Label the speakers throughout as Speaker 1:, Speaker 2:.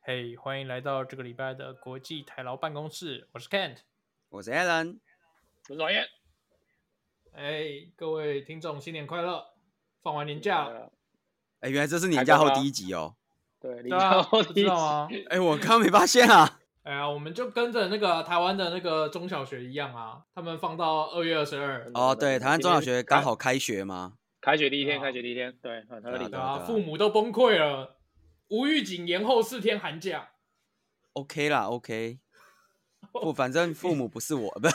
Speaker 1: 嘿欢迎来到这个礼拜的国际台劳办公室，我是 Kent。
Speaker 2: 我是
Speaker 1: 啊
Speaker 2: Alan，
Speaker 3: 我是老燕，
Speaker 1: 哎，各位听众，新年快乐！放完年假了，
Speaker 3: 呃
Speaker 2: 哎、原来这是年假
Speaker 3: 还
Speaker 2: 后
Speaker 3: 够吗
Speaker 2: 第一集哦。
Speaker 3: 对，你
Speaker 1: 对啊，
Speaker 3: 要
Speaker 1: 不知道吗？
Speaker 2: 哎、我刚没发现啊。
Speaker 1: 哎呀，我们就跟着那个台湾的那个中小学一样啊，他们放到二月二十二，啊
Speaker 2: 哦，对，台湾中小
Speaker 3: 今天
Speaker 2: 学
Speaker 3: 是
Speaker 2: 刚好开学嘛。
Speaker 3: 开学第一天，
Speaker 1: 对啊
Speaker 3: 开学第一天，对，很合理
Speaker 1: 对
Speaker 3: 的。
Speaker 1: 啊，
Speaker 2: 对啊
Speaker 1: 父母都崩溃了，无预警延后四天寒假，
Speaker 2: OK 啦，OK。不，反正父母不是我，不，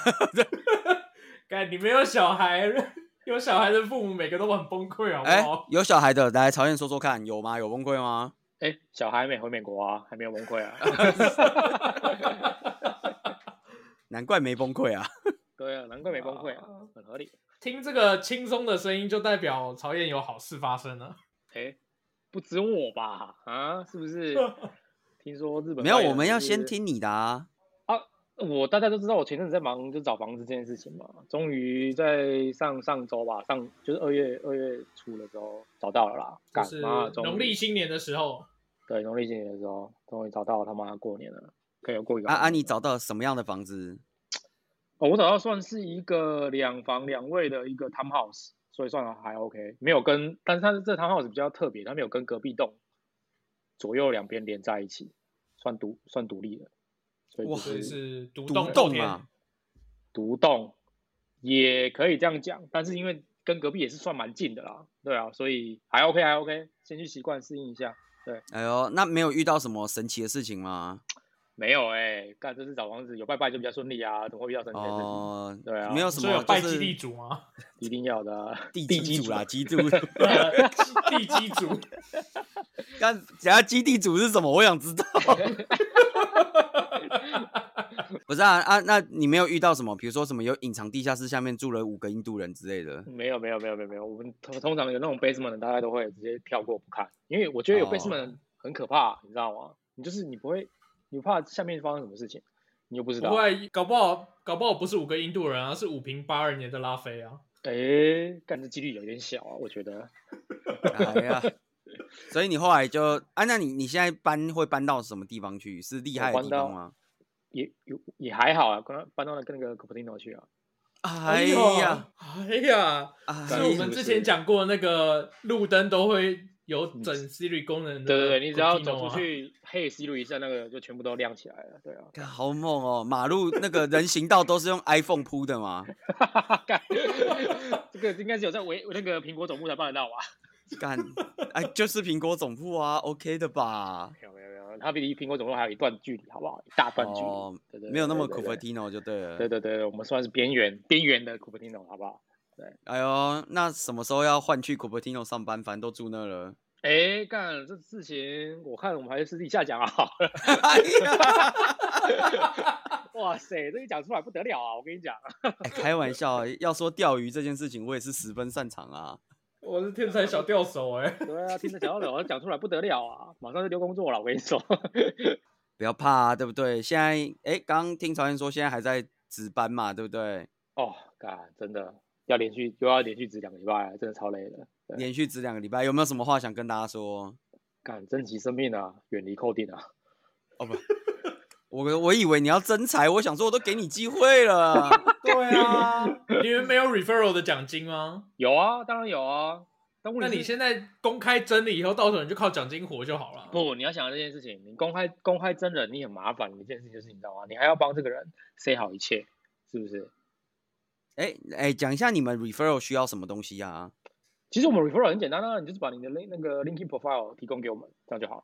Speaker 1: 干你没有小孩， 有小孩的父母每个都很崩溃，好不
Speaker 2: 哎、
Speaker 1: 好？
Speaker 2: 有小孩的来曹燕说说看，有吗？有崩溃吗？
Speaker 3: 哎，小孩没回美国啊，还没有崩 溃啊。
Speaker 2: 难怪没崩溃啊。
Speaker 3: 对啊，难怪没崩溃啊，
Speaker 1: 啊
Speaker 3: 很合理。
Speaker 1: 听这个轻松的声音，就代表曹燕有好事发生了。
Speaker 3: 哎，不止我吧？啊，是不是？听说日本
Speaker 2: 没有，
Speaker 3: 外援
Speaker 2: 我们要
Speaker 3: 啊是不
Speaker 2: 先
Speaker 3: 是。
Speaker 2: 听你的啊。
Speaker 3: 我大家都知道，我前阵子在忙就找房子这件事情嘛，终于在上上周吧，上就是二月二月初的时候找到了啦。
Speaker 1: 就
Speaker 3: 干
Speaker 1: 是
Speaker 3: 妈，终于
Speaker 1: 农历新年的时候，
Speaker 3: 对农历新年的时候，终于找到他妈过年了，可以有过一个
Speaker 2: 啊
Speaker 3: 好
Speaker 2: 啊，
Speaker 3: 年
Speaker 2: 你
Speaker 3: 了
Speaker 2: 找到什么样的房子？
Speaker 3: 哦，我找到算是一个两房两卫的一个 t o w house，所以算还 OK，没有跟，但是它这 t o w house 比较特别，它没有跟隔壁栋左右两边连在一起，算独算独立的，所以就
Speaker 2: 哇
Speaker 1: 所以
Speaker 3: 是
Speaker 1: 是独
Speaker 2: 独
Speaker 1: 栋
Speaker 2: 栋
Speaker 1: 露天
Speaker 2: 啊，
Speaker 3: 独栋，也可以这样讲，但是因为跟隔壁也是算蛮近的啦，对啊，所以还 OK 还 OK，先去习惯适应一下。
Speaker 2: 哎呦，那没有遇到什么神奇的事情吗？
Speaker 3: 没有哎、干这次找房子有拜拜就比较顺利啊，怎么会遇到神奇的事情？
Speaker 2: 哦、
Speaker 3: 对啊
Speaker 2: 没有什
Speaker 1: 所以有
Speaker 2: 么，
Speaker 1: 拜
Speaker 2: 就
Speaker 1: 基地
Speaker 2: 是
Speaker 1: 主 吗？
Speaker 3: 一定要的啊，
Speaker 2: 地
Speaker 3: 地基
Speaker 2: 基主啦，
Speaker 3: 啊，
Speaker 2: 基主。
Speaker 1: 地基主，
Speaker 2: 刚讲到基地主是什么？我想知 道。不是啊啊，那你没有遇到什么，比如说什么有隐藏地下室下面住了五个印度人之类的？
Speaker 3: 没有没有没有没有没有，我们通通常有那种 basement 的，大概都会直接跳过不看，因为我觉得有
Speaker 2: 哦
Speaker 3: basement 很可怕，啊你知道吗？你就是你不会，你怕下面发生什么事情，你又不知道
Speaker 1: 不。会，搞不好，搞不好不是五个印度人啊，是五平八二年的拉菲啊。
Speaker 3: 哎，干这几率有点小啊，我觉得。
Speaker 2: 哎呀，所以你后来就啊，那你你现在搬会搬到什么地方去？是厉
Speaker 3: 我
Speaker 2: 害的
Speaker 3: 搬
Speaker 2: 地
Speaker 3: 到
Speaker 2: 方吗？
Speaker 3: 也也也还好啊，刚搬到了跟那个 Cupertino 去啊，
Speaker 2: 哎呀，，
Speaker 1: 哎呀，
Speaker 2: 哎
Speaker 1: 是
Speaker 3: 干
Speaker 1: 我
Speaker 3: 是
Speaker 1: 们
Speaker 3: 不
Speaker 1: 之
Speaker 3: 是
Speaker 1: 前讲过那个路灯都会有整 Siri 功能的。啊
Speaker 3: 对对对，你只要走出，
Speaker 2: 哦
Speaker 3: 去，嘿 Siri 一下，那个就全部都亮起来了，对 啊，
Speaker 2: 干好猛哦！马路那个人行道都是用 iPhone 铺的嘛？
Speaker 3: 干，这个应该是有在维那个苹果总部才办得到吧？
Speaker 2: 干，哎，就是苹果总部啊，OK 的吧？
Speaker 3: 没有没有没有，它离苹果总部还有一段距离，好不好？一大段距离，
Speaker 2: 哦
Speaker 3: 对对，
Speaker 2: 没有那
Speaker 3: 对
Speaker 2: 么
Speaker 3: 对对
Speaker 2: Cupertino 就对了。
Speaker 3: 对对对，我们算是边缘边缘的 Cupertino，好不好？
Speaker 2: 哎呦，那什么时候要换去 Cupertino 上班？反正都住那了。
Speaker 3: 哎，干这事情，我看我们还是私底下讲啊。
Speaker 2: 哎呀，
Speaker 3: 哇塞，这一讲出来不得了啊！我跟你讲，
Speaker 2: 哎开玩笑，要说钓鱼这件事情，我也是十分擅长啊。
Speaker 1: 我是天才小钓手哎、
Speaker 3: 对啊，听着小老讲出来不得了啊，马上就丢工作了。我跟你说，
Speaker 2: 不要怕啊，对不对？现在，哎，刚刚听曹燕说现在还在值班嘛，对不对？
Speaker 3: 哦，干真的要连续又要连续值两个礼拜，真的超累的。对
Speaker 2: 连续值两个礼拜，有没有什么话想跟大家说？
Speaker 3: 干珍惜生命啊，远离扣定啊。
Speaker 2: 我我以为你要真才，我想说我都给你机会了。
Speaker 1: 对啊，你们没有 referral 的奖金吗？
Speaker 3: 有啊，当然有啊。但问
Speaker 1: 那
Speaker 3: 题
Speaker 1: 你
Speaker 3: 是
Speaker 1: 现在公开真理以后，到时候你就靠奖金活就好了。
Speaker 3: 不，你要想这件事情，你公开公开真人，你很麻烦的一件事情就是，你知道吗？你还要帮这个人 say 好一切，是不是？
Speaker 2: 哎哎，讲一下你们 referral 需要什么东西啊？
Speaker 3: 其实我们 referral 很简单啊，你就是把你的 link 那个 LinkedIn profile 提供给我们，这样就好了，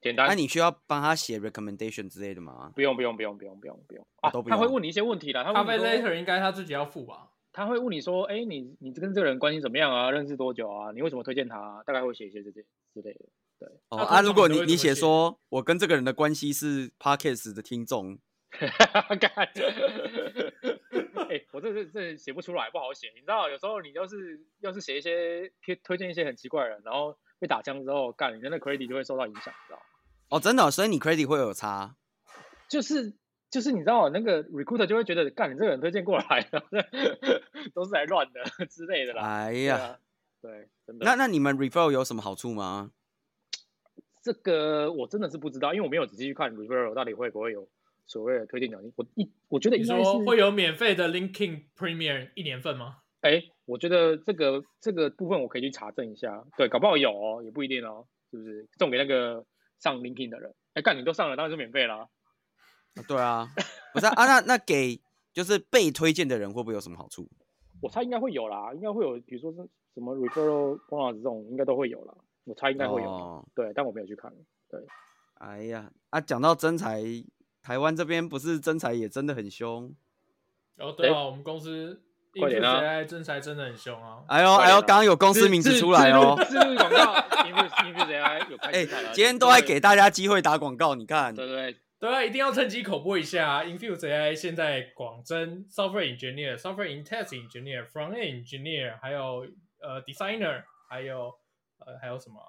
Speaker 3: 简单。
Speaker 2: 那、啊你需要帮他写 recommendation 之类的吗？
Speaker 3: 不用不用不用不用不用不用啊，
Speaker 2: 都不
Speaker 3: 他会
Speaker 2: 用
Speaker 3: 问你一些问题啦，他
Speaker 1: 咖
Speaker 3: 会
Speaker 1: 啡
Speaker 3: 问你说
Speaker 1: later 应该他自己要付吧？
Speaker 3: 他会问你说，哎，你你跟这个人关系怎么样啊？认识多久啊？你为什么推荐他啊、大概会写一些这些之类的。
Speaker 2: 哦
Speaker 1: 那通
Speaker 2: 啊，如
Speaker 1: 常
Speaker 2: 果
Speaker 1: 都
Speaker 2: 你
Speaker 1: 会
Speaker 2: 你
Speaker 1: 怎么
Speaker 2: 写
Speaker 1: 写
Speaker 2: 说我跟这个人的关系是 podcast 的听众，
Speaker 3: 干，哎，我这这这写不出来，不好写。你知道，有时候你要是要是写一些推推荐一些很奇怪的人，然后被打枪之后，干，你真的 credit 就会受到影响，你知道吗？
Speaker 2: 哦，真的哦、所以你 credit 会有差。
Speaker 3: 就是就是你知道那个 recruiter 就会觉得，干你这个人推荐过来的， 都是来乱的 之类的啦。
Speaker 2: 哎
Speaker 3: 对
Speaker 2: 呀，
Speaker 3: 啊，对，真的。
Speaker 2: 那那你们 referral 有什么好处吗？
Speaker 3: 这个我真的是不知道，因为我没有仔细去看 Rivero 到底会不会有所谓的推荐奖金。我一我觉得
Speaker 1: 你
Speaker 3: 应该是
Speaker 1: 说会有免费的 Linkin Premier 一年份吗？
Speaker 3: 哎，我觉得这个这个部分我可以去查证一下，对，搞不好有哦，也不一定哦，是不是？送给那个上 LinkedIn 的人，哎，干你都上了，当然是免费啦。
Speaker 2: 对啊，不是啊，啊那那给就是被推荐的人会不会有什么好处？
Speaker 3: 我猜应该会有啦，应该会有，比如说是什么 referral bonus 这种，应该都会有啦。我猜应该会有，
Speaker 2: 哦
Speaker 3: 对，但我没有去看。
Speaker 2: 哎呀，啊，讲到真才，台湾这边不是真才也真的很凶。
Speaker 1: 哦，对啊，
Speaker 3: 哎
Speaker 1: 我们公司
Speaker 3: 快点啊
Speaker 1: ！Infuse AI 真才真的很凶啊！
Speaker 2: 哎呦哎
Speaker 3: 快
Speaker 2: 呦，
Speaker 3: 点啊
Speaker 2: 刚刚有公司名字出来哦。
Speaker 3: 自录广告，Infuse Infuse AI 啊有开
Speaker 2: 哎
Speaker 3: 始看了，
Speaker 2: 今天都在给大家机会打广告，你看
Speaker 3: 对，对对，
Speaker 1: 对啊，一定要趁机口播一下啊！Infuse AI 现在广征 software engineer、software in test engineer、front end engineer，还有呃 designer，还有呃还有什么啊？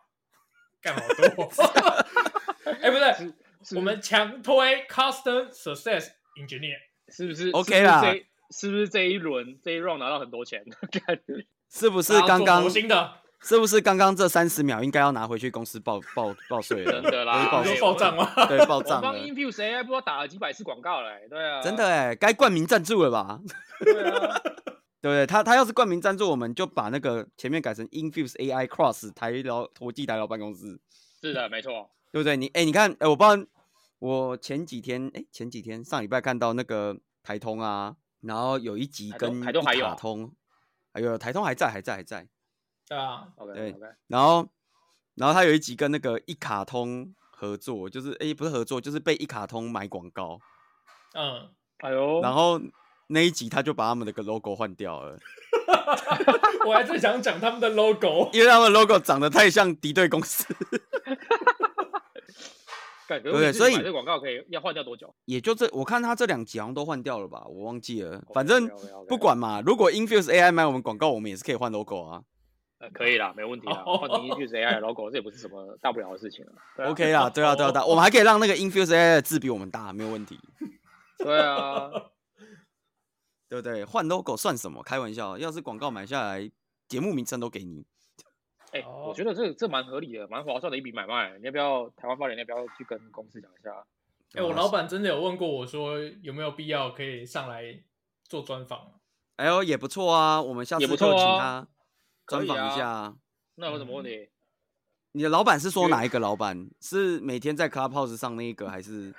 Speaker 1: 干好多！ 哎，不对，
Speaker 3: 是
Speaker 1: 我们强推 custom success engineer。
Speaker 3: 是不是
Speaker 2: OK 啦
Speaker 3: 是不是这是不是这一轮这一 round 拿到很多钱？ 干
Speaker 2: 是不是
Speaker 1: 大家
Speaker 2: 刚
Speaker 1: 做
Speaker 2: 刚
Speaker 1: 佛心的，
Speaker 2: 是不是刚刚这三十秒应该要拿回去公司报报报税了？
Speaker 3: 真的啦
Speaker 2: 不是
Speaker 1: 你说
Speaker 2: 报税
Speaker 3: 哎
Speaker 1: 报账吗？
Speaker 2: 对报
Speaker 3: 我
Speaker 2: 账
Speaker 3: 帮
Speaker 2: 了，
Speaker 3: Infuse AI 不知道打了几百次广告了、欸，对啊，
Speaker 2: 真的哎，该冠名赞助了吧？
Speaker 3: 对啊，
Speaker 2: 对不对？他他要是冠名赞助，我们就把那个前面改成 Infuse AI Cross 台聊国际台聊办公室，
Speaker 3: 是的，没错，
Speaker 2: 对不对？你哎，你看，哎，我不知道，我前几天哎，前几天上礼拜看到那个台通啊，然后有一集
Speaker 3: 台通
Speaker 2: 跟
Speaker 3: 台通
Speaker 2: 一
Speaker 3: 还有
Speaker 2: 卡
Speaker 3: 啊
Speaker 2: 通，还有台通还在，还在，还在。
Speaker 1: 对啊，
Speaker 3: OK
Speaker 2: 对
Speaker 3: OK，
Speaker 2: 然后，然后他有一集跟那个一卡通合作，就是诶不是合作，就是被一卡通买广告，
Speaker 1: 嗯，
Speaker 3: 哎呦，
Speaker 2: 然后那一集他就把他们的个 logo 换掉了，
Speaker 1: 我还正想讲他们的 logo，
Speaker 2: 因为他们 logo 长得太像敌对公司，
Speaker 3: 干可
Speaker 2: 对不对
Speaker 3: 是问题是
Speaker 2: 所以
Speaker 3: 你买这广告可以要换掉多久？
Speaker 2: 也就这，我看他这两集好像都换掉了吧，我忘记了，反
Speaker 3: 哦
Speaker 2: 正
Speaker 3: OK，OK，OK
Speaker 2: 不管嘛，如果 Infuse AI 买我们广告，我们也是可以换 logo 啊
Speaker 3: 呃可以啦，没问题啦，
Speaker 1: 哦
Speaker 3: 换成 Infuse AI 的 logo 这也不是什么大不了的事情了。对啊
Speaker 2: ，OK 啦，对啊，对啊，对啊，我们还可以让那个 Infuse AI 的字比我们大，没有问题，
Speaker 3: 对啊，
Speaker 2: 对不对？换 logo 算什么？开玩笑，要是广告买下来，节目名称都给你。
Speaker 3: 哎、
Speaker 1: 哦
Speaker 3: 我觉得这这蛮合理的，蛮划算的一笔买卖。你要不要台湾发展？你要不要去跟公司讲一下？
Speaker 1: 哎、
Speaker 2: 哦
Speaker 1: 我老板真的有问过我说有没有必要可以上来做专访，
Speaker 2: 哎呦，也不错啊，我们下次
Speaker 3: 也
Speaker 2: 就
Speaker 3: 不
Speaker 2: 请
Speaker 3: 错
Speaker 2: 他
Speaker 3: 啊可
Speaker 2: 专
Speaker 3: 以
Speaker 2: 访
Speaker 3: 啊
Speaker 2: 一下啊。
Speaker 3: 那有什么
Speaker 2: 嗯
Speaker 3: 问题？
Speaker 2: 你的老板是说
Speaker 3: 因为
Speaker 2: 哪一个老板？是每天在 Clubhouse 上那一个，还是？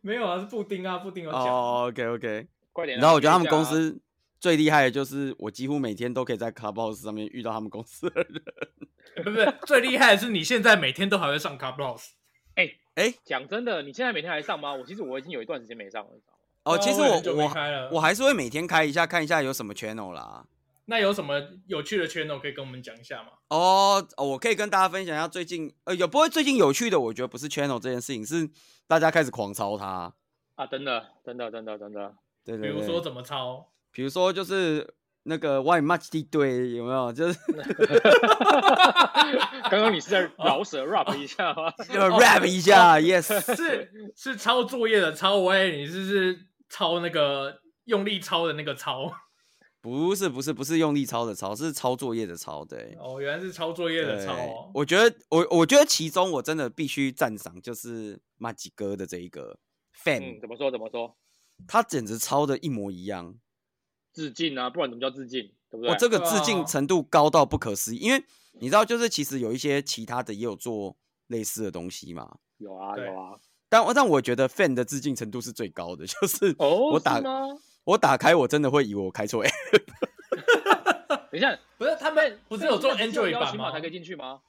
Speaker 1: 没有啊，是布丁啊，布丁有讲，
Speaker 2: 哦，OK OK。
Speaker 3: 快点啊！
Speaker 2: 然后我觉得他们
Speaker 3: 约一下啊
Speaker 2: 公司最厉害的就是，我几乎每天都可以在 Clubhouse 上面遇到他们公司的人。
Speaker 1: 不是不是，最厉害的是你现在每天都还会上 Clubhouse，
Speaker 2: 哎，
Speaker 3: 讲真的，你现在每天还上吗？我其实我已经有一段时间没上了，你知道吗？
Speaker 2: 哦，
Speaker 1: 对啊
Speaker 2: 其实
Speaker 1: 也
Speaker 2: 我
Speaker 1: 很久没开了
Speaker 2: 我我还是会每天开一下，看一下有什么 channel 啦。
Speaker 1: 那有什么有趣的 channel 可以跟我们讲一下吗？
Speaker 2: 哦，哦我可以跟大家分享一下最近，呃，有不过最近有趣的，我觉得不是 channel 这件事情，是大家开始狂抄它。
Speaker 3: 啊，真的，真的，真的，真的，
Speaker 2: 对
Speaker 1: 比
Speaker 2: 对对。
Speaker 1: 如说怎么抄，
Speaker 2: 比如说就是那个 Why Much 地队有没有？就是
Speaker 3: 刚刚你是在
Speaker 2: 哦
Speaker 3: 饶舌 rap 一下吗？
Speaker 2: 要 rap 一
Speaker 1: 哦
Speaker 2: 下，yes，
Speaker 1: 是是抄作业的抄，喂，你是不是抄那个用力抄的那个抄？
Speaker 2: 不是不是不是用力抄的抄，是抄作业的抄，对。
Speaker 1: 哦，原来是抄作业的抄、
Speaker 2: 对
Speaker 1: 哦，
Speaker 2: 我觉得我我觉得其中我真的必须赞赏就是马吉哥的这一个 fan，、
Speaker 3: 嗯，怎么说？怎么说？
Speaker 2: 他简直抄的一模一样，
Speaker 3: 致敬啊，不然怎么叫致敬？对不对？
Speaker 2: 我这个
Speaker 1: 对
Speaker 2: 致
Speaker 1: 啊
Speaker 2: 敬程度高到不可思议，因为你知道就是其实有一些其他的也有做类似的东西嘛，
Speaker 3: 有啊，
Speaker 1: 对
Speaker 3: 有啊。
Speaker 2: 但但我觉得 fan 的致敬程度是最高的， 就是
Speaker 3: 哦，
Speaker 2: 我打
Speaker 3: 是吗？
Speaker 2: 我打开我真的会以为我开错 app
Speaker 3: 等一下，
Speaker 1: 不是他们不是有做 Android
Speaker 3: 邀
Speaker 1: 版
Speaker 3: 请
Speaker 1: 吗
Speaker 3: 码？才可以进去吗？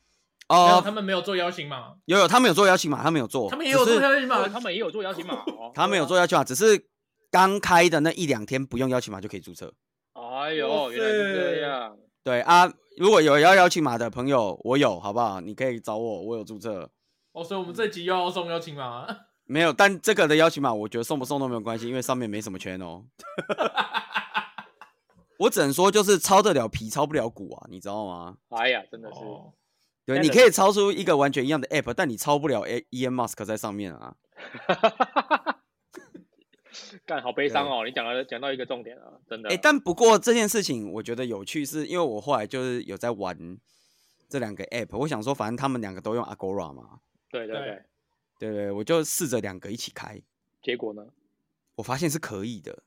Speaker 1: 没有
Speaker 2: 哦
Speaker 1: 他，们没有做邀请码，
Speaker 2: 有有，他们有做邀请码，他们有做，
Speaker 1: 他们也
Speaker 2: 只
Speaker 1: 有做
Speaker 2: 是
Speaker 1: 邀请码
Speaker 3: 哦哦，他们也有做邀请码哦。
Speaker 2: 他们有做邀请码，只是刚开的那一两天不用邀请码就可以注册。
Speaker 3: 哎
Speaker 1: 哇
Speaker 3: 呦，
Speaker 1: 塞
Speaker 3: 原来是这样。
Speaker 2: 对啊，如果有要邀请码的朋友，我有，好不好？你可以找我，我有注册。
Speaker 1: 哦，所以我们这集又要送邀请码。
Speaker 2: 没有，但这个的邀请码，我觉得送不送都没有关系，因为上面没什 么 channel。我只能说，就是抄得了皮，抄不了骨啊，你知道吗？
Speaker 3: 哎呀，真的是，
Speaker 1: 哦，
Speaker 2: 对，
Speaker 3: 真
Speaker 2: 你
Speaker 3: 的
Speaker 2: 可以抄出一个完全一样的 app，但你抄不了 A E M Musk 在上面啊。
Speaker 3: 干好悲伤哦。你讲了讲到一个重点啊，真的。
Speaker 2: 哎、但不过这件事情我觉得有趣，是因为我后来就是有在玩这两个 app，我想说反正他们两个都用 Agora 嘛，
Speaker 3: 对对
Speaker 1: 对
Speaker 3: 对，
Speaker 2: 对对，我就试着两个一起开，
Speaker 3: 结果呢？
Speaker 2: 我发现是可以的。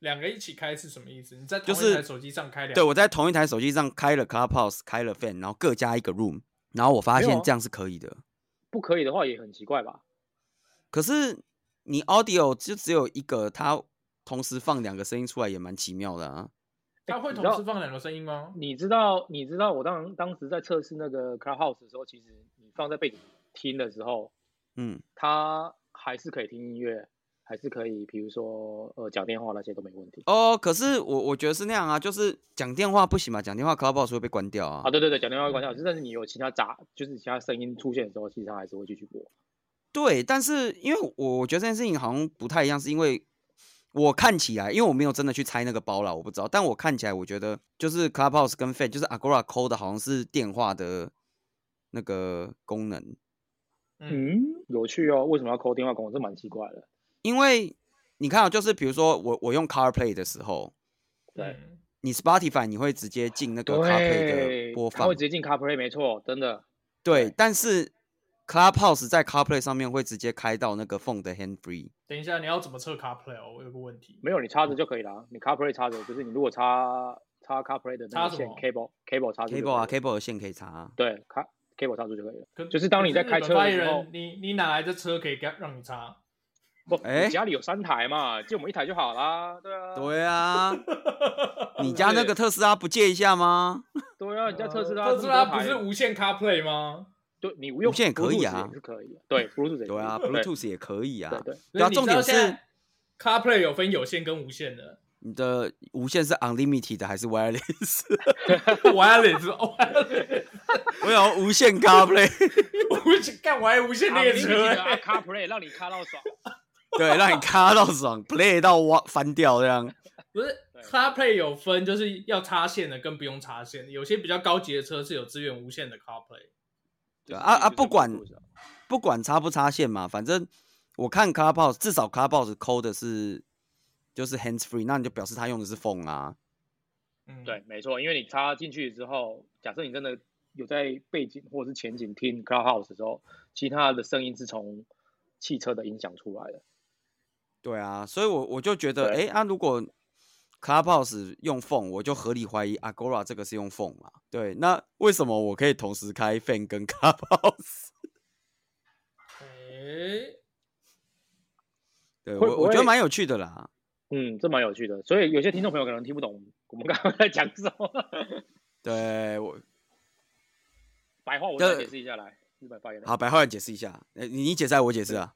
Speaker 1: 两个一起开是什么意思？你在
Speaker 2: 就
Speaker 1: 同一台
Speaker 2: 是
Speaker 1: 手机上开两
Speaker 2: 对，我在同一台手机上开了 Clubhouse，开了 Fan，然后各加一个 Room，然后我发
Speaker 3: 没有
Speaker 2: 现
Speaker 3: 啊
Speaker 2: 这样是可以的。
Speaker 3: 不可以的话也很奇怪吧？
Speaker 2: 可是你 Audio 就只有一个，它同时放两个声音出来也蛮奇妙的啊。
Speaker 1: 它会
Speaker 3: 你
Speaker 1: 同
Speaker 3: 知道
Speaker 1: 时放两个声音吗？
Speaker 3: 你知道，你知道我当当时在测试那个 Clubhouse 的时候，其实你放在背景听的时候，
Speaker 2: 嗯，
Speaker 3: 它还是可以听音乐，还是可以，比如说呃讲电话那些都没问题。
Speaker 2: 哦，可是我我觉得是那样啊，就是讲电话不行嘛，讲电话 Clubhouse 会被关掉啊。
Speaker 3: 啊，对对对，讲电话关掉，但是你有其他杂，就是其他声音出现的时候，其实它还是会继续播。
Speaker 2: 对，但是因为我我觉得这件事情好像不太一样，是因为我看起来，因为我没有真的去拆那个包啦，我不知道。但我看起来，我觉得就是 Clubhouse 跟 Fan，就是 Agora 抠的好像是电话的那个功能，
Speaker 1: 嗯，
Speaker 3: 嗯，有趣哦，为什么要扣电话跟我？这蛮奇怪的。
Speaker 2: 因为你看、啊，就是比如说我我用 CarPlay 的时候，
Speaker 3: 对
Speaker 1: 嗯
Speaker 2: 你 Spotify 你会直接进那个 CarPlay 的播
Speaker 3: 它
Speaker 2: 放
Speaker 3: 会，直接进 CarPlay，没错，真的。
Speaker 2: 对，但是 Clubhouse 在 CarPlay 上面会直接开到那个 phone 的 hand free。
Speaker 1: 等一下，你要怎么测 CarPlay？哦我有个问题。
Speaker 3: 没有，你插着就可以了啊。你 CarPlay 插着，就是你如果插插 CarPlay 的那
Speaker 1: 插什
Speaker 3: 个线
Speaker 1: 么
Speaker 3: cable cable 插住就可以
Speaker 2: cable 啊
Speaker 3: 了
Speaker 2: ，cable 的线可以插、啊。
Speaker 3: 对，卡 cable 插住就可以了。
Speaker 1: 可
Speaker 3: 就是当你在
Speaker 1: 可
Speaker 3: 开
Speaker 1: 日本
Speaker 3: 车的
Speaker 1: 发言
Speaker 3: 时候
Speaker 1: 人，你你哪来的车可以让让你插？
Speaker 3: 不，
Speaker 2: 哎
Speaker 3: 你家里有三台嘛，借我们一台就好啦。对啊，
Speaker 2: 对啊， 你
Speaker 3: 不
Speaker 2: 家那
Speaker 3: 是
Speaker 2: 个特斯拉不借一下吗？
Speaker 3: 对啊，你家特斯拉
Speaker 1: 呃特斯拉
Speaker 3: 这
Speaker 1: 不
Speaker 3: 么多
Speaker 1: 是
Speaker 3: 台
Speaker 1: 无线 CarPlay 吗？
Speaker 3: 对，你用
Speaker 2: 无线也可以啊
Speaker 3: Bluetooth 也是可以的。对，Bluetooth 也
Speaker 2: 对啊
Speaker 3: 可以
Speaker 2: ，Bluetooth 也可以啊
Speaker 3: 对。对，
Speaker 2: 对
Speaker 1: 所
Speaker 2: 啊，
Speaker 1: 以你
Speaker 2: 重
Speaker 1: 知道
Speaker 2: 点
Speaker 1: 现在
Speaker 2: 是
Speaker 1: CarPlay 有分有线跟无线 的。
Speaker 2: 你的无线是 unlimited 的还是 wireless？
Speaker 1: wireless wireless，
Speaker 2: 我有无线 CarPlay，
Speaker 1: 无线干我还无线列车、
Speaker 3: 啊
Speaker 1: 欸，
Speaker 3: CarPlay 让你卡 到爽。
Speaker 2: 对，让你卡到爽，play 到哇翻掉这样。
Speaker 1: 不是
Speaker 3: 对
Speaker 1: CarPlay 有分，就是要插线的跟不用插线的，有些比较高级的车是有支援无线的 CarPlay。
Speaker 2: 对啊啊啊，
Speaker 3: 就是
Speaker 2: 不管
Speaker 3: Bluetooth 啊
Speaker 2: 不管插不插线嘛，反正我看 Carbox 至少 Carbox 抠的是就是 hands free，那你就表示他用的是 phone 啊。
Speaker 1: 嗯，
Speaker 3: 对，，没错，因为你插进去之后，假设你真的有在背景或者是前景听 Clubhouse 的时候，其他的声音是从汽车的音响出来的。
Speaker 2: 对啊，所以我我就觉得，哎、
Speaker 3: 对
Speaker 2: 啊，如果 Clubhouse 用 phone，我就合理怀疑 Agora 这个是用 phone 嘛？对，那为什么我可以同时开 Fan 跟 Clubhouse？
Speaker 1: 诶、
Speaker 2: 对
Speaker 3: 会
Speaker 2: 我
Speaker 3: 不
Speaker 2: 我觉得
Speaker 3: 会
Speaker 2: 蛮有趣的啦。
Speaker 3: 嗯，这蛮有趣的，所以有些听众朋友可能听不懂我们刚刚在讲什么，
Speaker 2: 对我
Speaker 3: 白话我再
Speaker 2: 对
Speaker 3: 解释一下来。日本发言人，
Speaker 2: 好，白话人解释一下，诶你你解释还是我解释啊？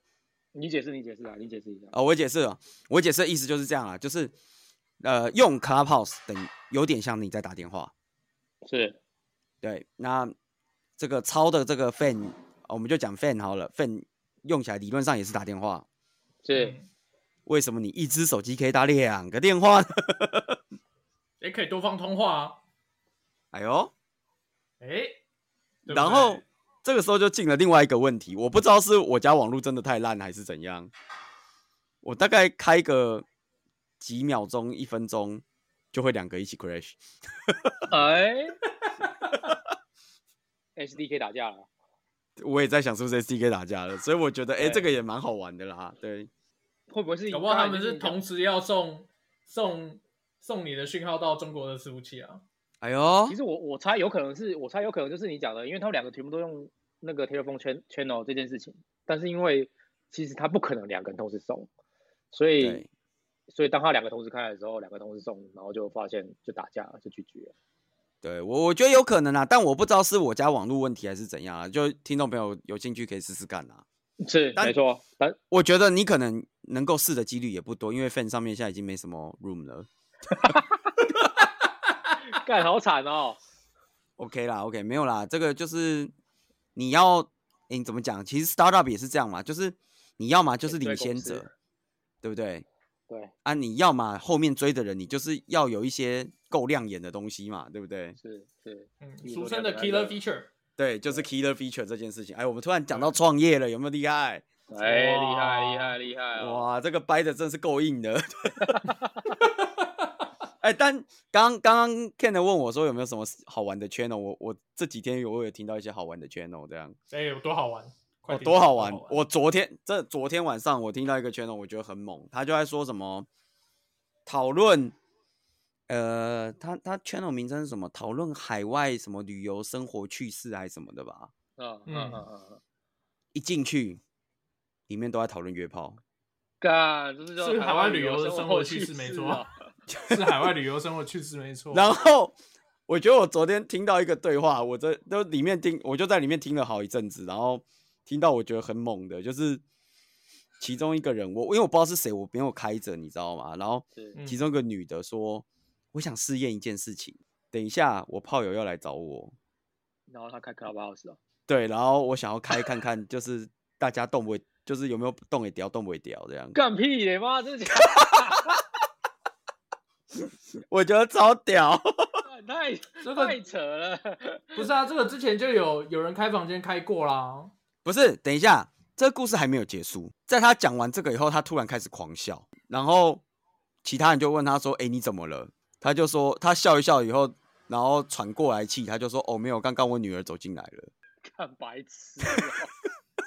Speaker 3: 你解释，你解释啊，你解释一下。
Speaker 2: 哦，我解释了，我解释的意思就是这样啊，就是呃，用 Clubhouse 等于有点像你在打电话，
Speaker 3: 是，
Speaker 2: 对，那这个超的这个 fan，哦我们就讲 fan 好了，fan 用起来理论上也是打电话，
Speaker 3: 是，
Speaker 1: 嗯
Speaker 2: 为什么你一只手机可以打两个电话呢？
Speaker 1: 也可以多方通话啊。
Speaker 2: 哎呦，
Speaker 1: 诶、对不对
Speaker 2: 然后这个时候就进了另外一个问题，我不知道是我家网络真的太烂还是怎样，我大概开个几秒钟、一分钟就会两个一起 crash。嗯
Speaker 3: 哎，SDK 打架了，
Speaker 2: 我也在想是不是 SDK 打架了，所以我觉得哎、这
Speaker 3: 对
Speaker 2: 个也蛮好玩的啦。对，
Speaker 3: 会不会是？
Speaker 1: 搞不好他们
Speaker 3: 就是
Speaker 1: 同时要送送送你的讯号到中国的伺服器啊。
Speaker 2: 哎呦
Speaker 3: 其，实我我猜有可能是我猜有可能就是你讲的，因为他们两个全部都用那个 telephone chan- channel 哦这件事情，但是因为其实他不可能两个人同时送，所以
Speaker 2: 对
Speaker 3: 所以当他两个同时开的时候，两个同时送，然后就发现就打架了，就拒绝了。
Speaker 2: 对我，我觉得有可能啊，但我不知道是我家网络问题还是怎样啊。就听众朋友有兴趣可以试试看啊。
Speaker 3: 是
Speaker 2: 但
Speaker 3: 没错，但
Speaker 2: 我觉得你可能能够试的几率也不多，因为 Fan 上面现在已经没什么 room 了。
Speaker 3: 干好惨哦，
Speaker 2: OK 啦，OK 没有啦，这个就是你要，诶你怎么讲？其实 startup 也是这样嘛，就是你要嘛就是
Speaker 3: 先追
Speaker 2: 领先
Speaker 3: 公司
Speaker 2: 者，对不对？
Speaker 3: 对，
Speaker 2: 啊，你要嘛后面追的人，你就是要有一些够亮眼的东西嘛，对不对？
Speaker 3: 是是，
Speaker 1: 嗯，
Speaker 3: 比如
Speaker 1: 俗
Speaker 3: 说
Speaker 1: 称的
Speaker 3: 两个
Speaker 1: killer
Speaker 3: 人的
Speaker 1: feature。
Speaker 2: 对，就是 killer feature 这件事情。哎，我们突然讲到创业了，有没有厉害？
Speaker 3: 哎，
Speaker 1: 哇
Speaker 3: 厉害厉害厉害哦！
Speaker 2: 哇，这个掰的真是够硬的。 哎、但刚刚刚 Ken 问我说有没有什么好玩的 channel，我我这几天有我有听到一些好玩的 channel 这样。
Speaker 1: 哎、有多好玩？快
Speaker 2: 哦，
Speaker 1: 点
Speaker 2: 多好玩！我昨天这昨天晚上我听到一个 channel，我觉得很猛，他就在说什么讨论，呃，他他 channel 名称是什么？讨论海外什么旅游生活趣事还是什么的吧？
Speaker 3: 嗯
Speaker 1: 嗯
Speaker 3: 嗯嗯嗯嗯，
Speaker 2: 一进去，里面都在讨论约炮，
Speaker 3: 干，这是叫
Speaker 1: 是海外旅游的生
Speaker 3: 生
Speaker 1: 活
Speaker 3: 趣
Speaker 1: 趣事没错
Speaker 3: 啊
Speaker 1: 是海外旅游生活趣事没错。
Speaker 2: 然后我觉得我昨天听到一个对话，我这都里面听，我就在里面听了好一阵子，然后听到我觉得很猛的，就是其中一个人，我因为我不知道是谁，我没有开着，你知道吗？然后
Speaker 3: 是
Speaker 1: 嗯
Speaker 2: 其中一个女的说：“我想试验一件事情，等一下我炮友要来找我，
Speaker 3: 然后他开 Clubhouse 啊，
Speaker 2: 对，然后我想要开看看，就是大家动不会，就是有没有动也屌，动不会屌这样。”
Speaker 3: 干屁嘞妈，这是
Speaker 2: 我觉得超屌，
Speaker 3: 太
Speaker 1: 这个
Speaker 3: 太扯了。
Speaker 1: 不是啊，这个之前就有有人开房间开过啦。
Speaker 2: 不是，等一下，这个故事还没有结束。在他讲完这个以后，他突然开始狂笑，然后其他人就问他说：“哎、你怎么了？”他就说他笑一笑以后，然后喘过来气，他就说：“哦，没有，刚刚我女儿走进来了。
Speaker 3: 看白痴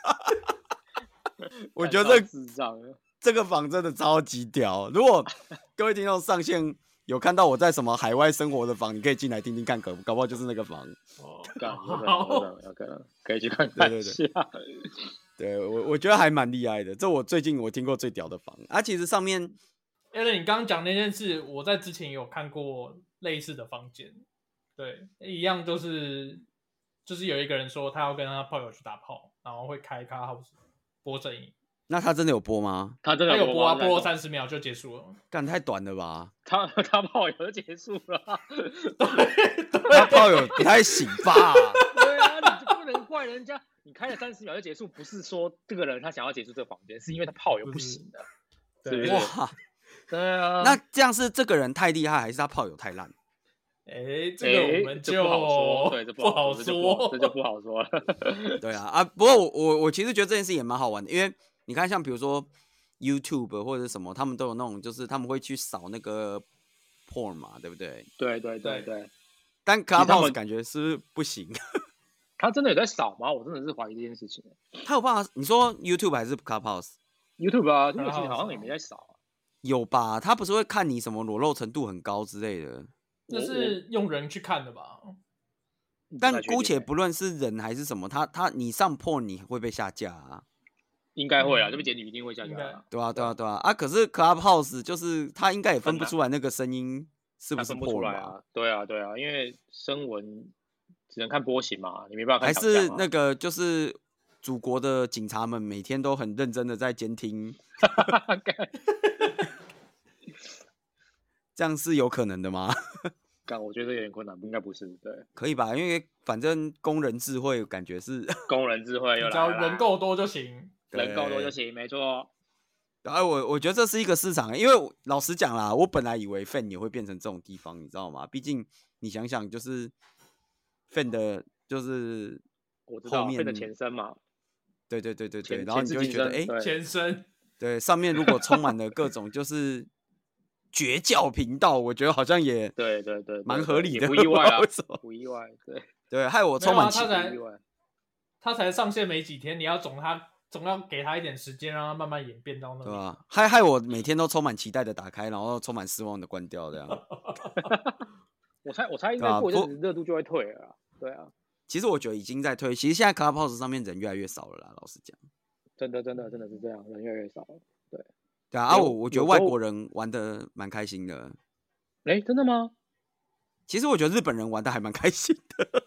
Speaker 3: 哦，”
Speaker 2: 我
Speaker 3: 干
Speaker 2: 觉
Speaker 3: 超
Speaker 2: 得这
Speaker 3: 智障的。
Speaker 2: 这个房真的超级屌。如果各位听众上线有看到我在什么海外生活的房，你可以进来听听看，搞搞不好就是那个房。
Speaker 1: 哦
Speaker 3: 干，有 可能，有可
Speaker 1: 好，
Speaker 3: 能，有可能，可以去看
Speaker 2: 对
Speaker 3: 看
Speaker 2: 对
Speaker 3: 一
Speaker 2: 对
Speaker 3: 下。
Speaker 2: 对我，我觉得还蛮厉害的。这我最近我听过最屌的房啊，其实上面
Speaker 1: a l n 你刚刚讲那件事，我在之前有看过类似的房间，对，一样都是就是有一个人说他要跟他炮友去打炮，然后会开咖 house 播阵营，
Speaker 2: 那他真的有播吗？
Speaker 3: 他真
Speaker 1: 他
Speaker 3: 的
Speaker 1: 有播啊，播
Speaker 3: 三，
Speaker 1: 三十秒就结束了。
Speaker 2: 干太短了吧？
Speaker 3: 他他炮友结束了。
Speaker 2: 他炮友不太行吧？
Speaker 3: 对啊，你就不能怪人家。你开了三十秒就结束，不是说这个人他想要结束这个房间，是因为他炮友不行的。是不
Speaker 1: 对
Speaker 3: 是
Speaker 2: 哇，
Speaker 3: 对啊，
Speaker 2: 那这样是这个人太厉害，还是他炮友太烂？
Speaker 1: 哎，这个
Speaker 3: 诶
Speaker 1: 我们
Speaker 3: 这不好说，对，这
Speaker 1: 不
Speaker 3: 好
Speaker 1: 好
Speaker 3: 这就不好这就
Speaker 1: 说。
Speaker 3: 不好说了。
Speaker 2: 对啊，啊，不过我我我其实觉得这件事也蛮好玩的，因为你看，像比如说 YouTube 或者什么，他们都有那种，就是他们会去扫那个 porn 嘛，对不对？
Speaker 3: 对对
Speaker 1: 对
Speaker 3: 对对，
Speaker 2: 但
Speaker 3: 他们
Speaker 2: Clubhouse 感觉是不是不行，
Speaker 3: 他真的有在扫吗？我真的是怀疑这件事情。
Speaker 2: 他有办法？你说 YouTube 还是 Clubhouse？
Speaker 3: YouTube 啊，这
Speaker 1: 他
Speaker 3: 个其实
Speaker 1: 好
Speaker 3: 好
Speaker 1: 扫
Speaker 3: 像也没在扫啊。
Speaker 2: 有吧？他不是会看你什么裸露程度很高之类的？
Speaker 1: 那是用人去看的吧？
Speaker 3: 我
Speaker 2: 但姑且，
Speaker 3: 我不太确定欸
Speaker 2: 不论是人还是什么，他他你上 porn 你会被下架啊。
Speaker 3: 应该会啊，
Speaker 1: 嗯
Speaker 3: 这边检举一定会下去
Speaker 1: 应该
Speaker 3: 啊，
Speaker 2: 对啊，对啊，对啊，啊！可是 Clubhouse 就是他应该也分
Speaker 3: 很
Speaker 2: 不
Speaker 3: 难
Speaker 2: 出来那个声音是
Speaker 3: 他
Speaker 2: 是
Speaker 3: 分不出
Speaker 2: porn
Speaker 3: 来
Speaker 2: 吧？
Speaker 3: 啊。对啊，对啊，因为声纹只能看波形嘛，你没办法
Speaker 2: 还
Speaker 3: 看长相
Speaker 2: 是
Speaker 3: 啊
Speaker 2: 那个就是祖国的警察们每天都很认真的在监 听，
Speaker 3: 干
Speaker 2: 这样是有可能的吗？
Speaker 3: 干，我觉得有点困难，应该不是对
Speaker 2: 可以吧？因为反正工人智慧感觉是，
Speaker 3: 工人智慧
Speaker 1: 只要
Speaker 3: 又来了啦，
Speaker 1: 人够多就行。
Speaker 3: 人够多
Speaker 2: 对
Speaker 3: 就行，没错。
Speaker 2: 哎、我我觉得这是一个市场，因为我老实讲啦，我本来以为 fan 也会变成这种地方，你知道吗？毕竟你想想，就是 fan 的，就是
Speaker 3: 我知
Speaker 2: 后
Speaker 3: 道
Speaker 2: 面
Speaker 3: 变成前身嘛，
Speaker 2: 对对对对对，
Speaker 3: 前
Speaker 2: 然后
Speaker 3: 前
Speaker 2: 你
Speaker 3: 世
Speaker 2: 就会觉得，
Speaker 3: 今生，
Speaker 2: 哎、
Speaker 3: 对
Speaker 1: 前身
Speaker 2: 对，上面如果充满了各种就是绝教频道，我觉得好像也
Speaker 3: 对对对，对
Speaker 2: 蛮
Speaker 3: 对
Speaker 2: 合理
Speaker 3: 也
Speaker 2: 的，
Speaker 3: 不意
Speaker 2: 知
Speaker 3: 外
Speaker 2: 道
Speaker 3: 啊
Speaker 2: 为，什么
Speaker 3: 不意外，对，
Speaker 2: 对，害我充
Speaker 1: 没有
Speaker 2: 满
Speaker 1: 啊
Speaker 2: 期
Speaker 1: 他才
Speaker 3: 不意外，
Speaker 1: 他才上线没几天，你要总他总要给他一点时间，让他慢慢演变到那
Speaker 2: 对
Speaker 1: 里。
Speaker 2: 吧、害害我每天都充满期待的打开，然后充满失望的关掉，这样。
Speaker 3: 我猜我猜应
Speaker 2: 对
Speaker 3: 该
Speaker 2: 啊
Speaker 3: 过一阵
Speaker 2: 不
Speaker 3: 子热度就会退了啦，对啊，
Speaker 2: 其实我觉得已经在推，其实现在 Clubhouse 上面人越来越少了啦，老实讲。
Speaker 3: 真的真的真的是这样，人越来越少了。
Speaker 2: 对啊，啊
Speaker 3: 有
Speaker 2: 我我觉得
Speaker 3: 有
Speaker 2: 外
Speaker 3: 时候
Speaker 2: 国人玩的蛮开心的，
Speaker 3: 哎，真的吗？
Speaker 2: 其实我觉得日本人玩的还蛮开心的。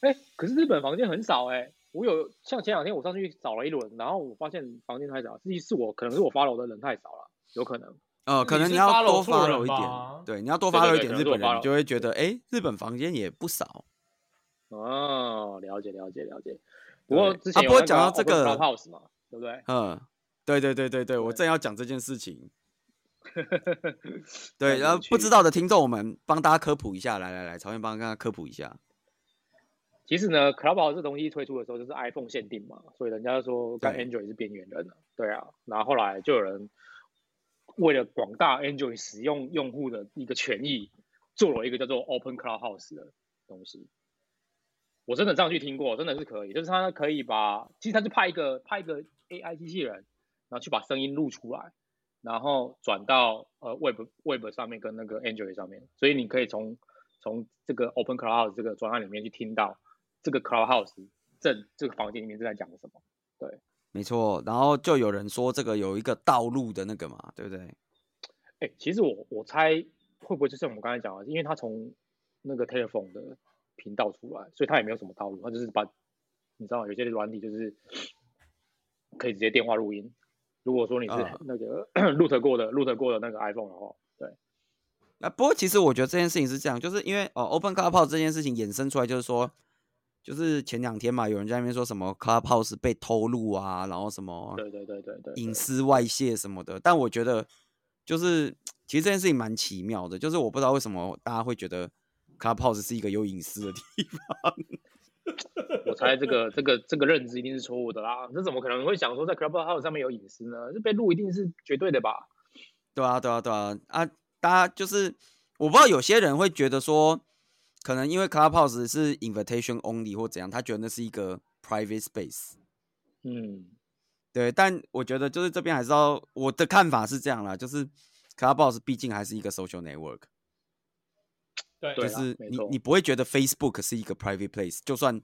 Speaker 3: 哎，可是日本房间很少哎，我有像前两天我上去找了一轮，然后我发现房间太少，是是我可能是我 follow 的人太少了，有可能。
Speaker 2: 呃，可
Speaker 1: 你
Speaker 2: 能
Speaker 1: 是
Speaker 2: 你要
Speaker 1: follow
Speaker 2: 多
Speaker 1: 错人
Speaker 2: follow 一
Speaker 1: 吧
Speaker 2: 点，对，你要多
Speaker 3: 对对
Speaker 2: follow 一
Speaker 3: 对
Speaker 2: 点
Speaker 3: 可能
Speaker 2: 日
Speaker 3: 是我
Speaker 2: 本人，你
Speaker 3: follow，
Speaker 2: 就会觉得，哎，日本房间也不少。
Speaker 3: 哦，了解了解了解。不过
Speaker 2: 对
Speaker 3: 之
Speaker 2: 啊
Speaker 3: 前有
Speaker 2: 不过
Speaker 3: 那
Speaker 2: 讲
Speaker 3: 个
Speaker 2: 到这
Speaker 3: Open
Speaker 2: 个
Speaker 3: Clubhouse 嘛，对不对？
Speaker 2: 嗯，对对对对对，我
Speaker 3: 对
Speaker 2: 正要讲这件事情。
Speaker 3: 太
Speaker 2: 对，然
Speaker 3: 有
Speaker 2: 后不
Speaker 3: 趣
Speaker 2: 知道的听众，我们帮大家科普一下，来来来，曹燕帮大家科普一下。
Speaker 3: 其实呢，Clubhouse 这东西推出的时候就是 iPhone 限定嘛，所以人家就说干
Speaker 2: 对
Speaker 3: Android 是边缘人了。对啊，然后后来就有人为了广大 Android 使用用户的一个权益，做了一个叫做 Open Clubhouse 的东西。我真的这样去听过，真的是可以，就是它可以把，其实它就派一个派一个 AI 机器人，然后去把声音录出来，然后转到呃 Web Web 上面跟那个 Android 上面，所以你可以从从这个 Open Clubhouse 这个专案里面去听到这个 Clubhouse 正这个房间里面正在讲什么。
Speaker 2: 没错。然后就有人说这个有一个道路的那个嘛，对不对？
Speaker 3: 哎、其实我我猜会不会就是我们刚才讲的，因为他从那个 telephone 的频道出来，所以他也没有什么套路，他就是把你知道有些软体就是可以直接电话录音。如果说你是
Speaker 2: 啊
Speaker 3: 那个 root、过的 root 过的那个 iPhone 的话，对，
Speaker 2: 那、啊不过其实我觉得这件事情是这样，就是因为哦，Open Clubhouse 这件事情衍生出来，就是说，就是前两天嘛，有人在那边说什么 Clubhouse 被偷录啊，然后什么
Speaker 3: 对对对对对对
Speaker 2: 隐私外泄什么的。但我觉得，就是其实这件事情蛮奇妙的，就是我不知道为什么大家会觉得 Clubhouse 是一个有隐私的地 方。
Speaker 3: 我猜这个这个这个认知一定是错误的啦，这怎么可能会想说在 Clubhouse 上面有隐私呢？这被录一定是绝对的吧？
Speaker 2: 对啊，对啊，对啊，啊，大家就是我不知道有些人会觉得说，可能因为 Clubhouse 是 invitation only 或怎样，他觉得那是一个 private space。
Speaker 3: 嗯，
Speaker 2: 对，但我觉得就是这边还是要我的看法是这样啦，就是 Clubhouse 毕竟还是一个 social network，
Speaker 1: 对啊
Speaker 2: 就
Speaker 3: 对啦
Speaker 2: 是
Speaker 3: 没
Speaker 2: 你
Speaker 3: 错
Speaker 2: 你不会觉得 Facebook 是一个 private place，就算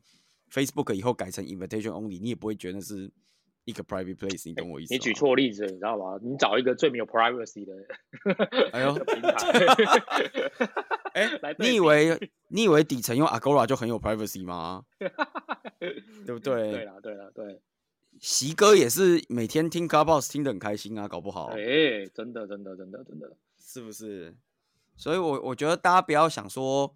Speaker 2: Facebook 以后改成 invitation only，你也不会觉得那是一个 private place，你懂我意思吗？
Speaker 3: 你举错例子，你知道吗？你找一个最没有 privacy 的
Speaker 2: 哎呦
Speaker 3: 平台。
Speaker 2: 哎、
Speaker 3: 来对
Speaker 2: 你以
Speaker 3: 比
Speaker 2: 为你以为底层用 Agora 就很有 privacy 吗？对不对？
Speaker 3: 对啦，对啦，对，
Speaker 2: 席哥也是每天听 Clubhouse 听得很开心啊，搞不好
Speaker 3: 哎、真的，真的，真的，真的，
Speaker 2: 是不是？所以我我觉得大家不要想说，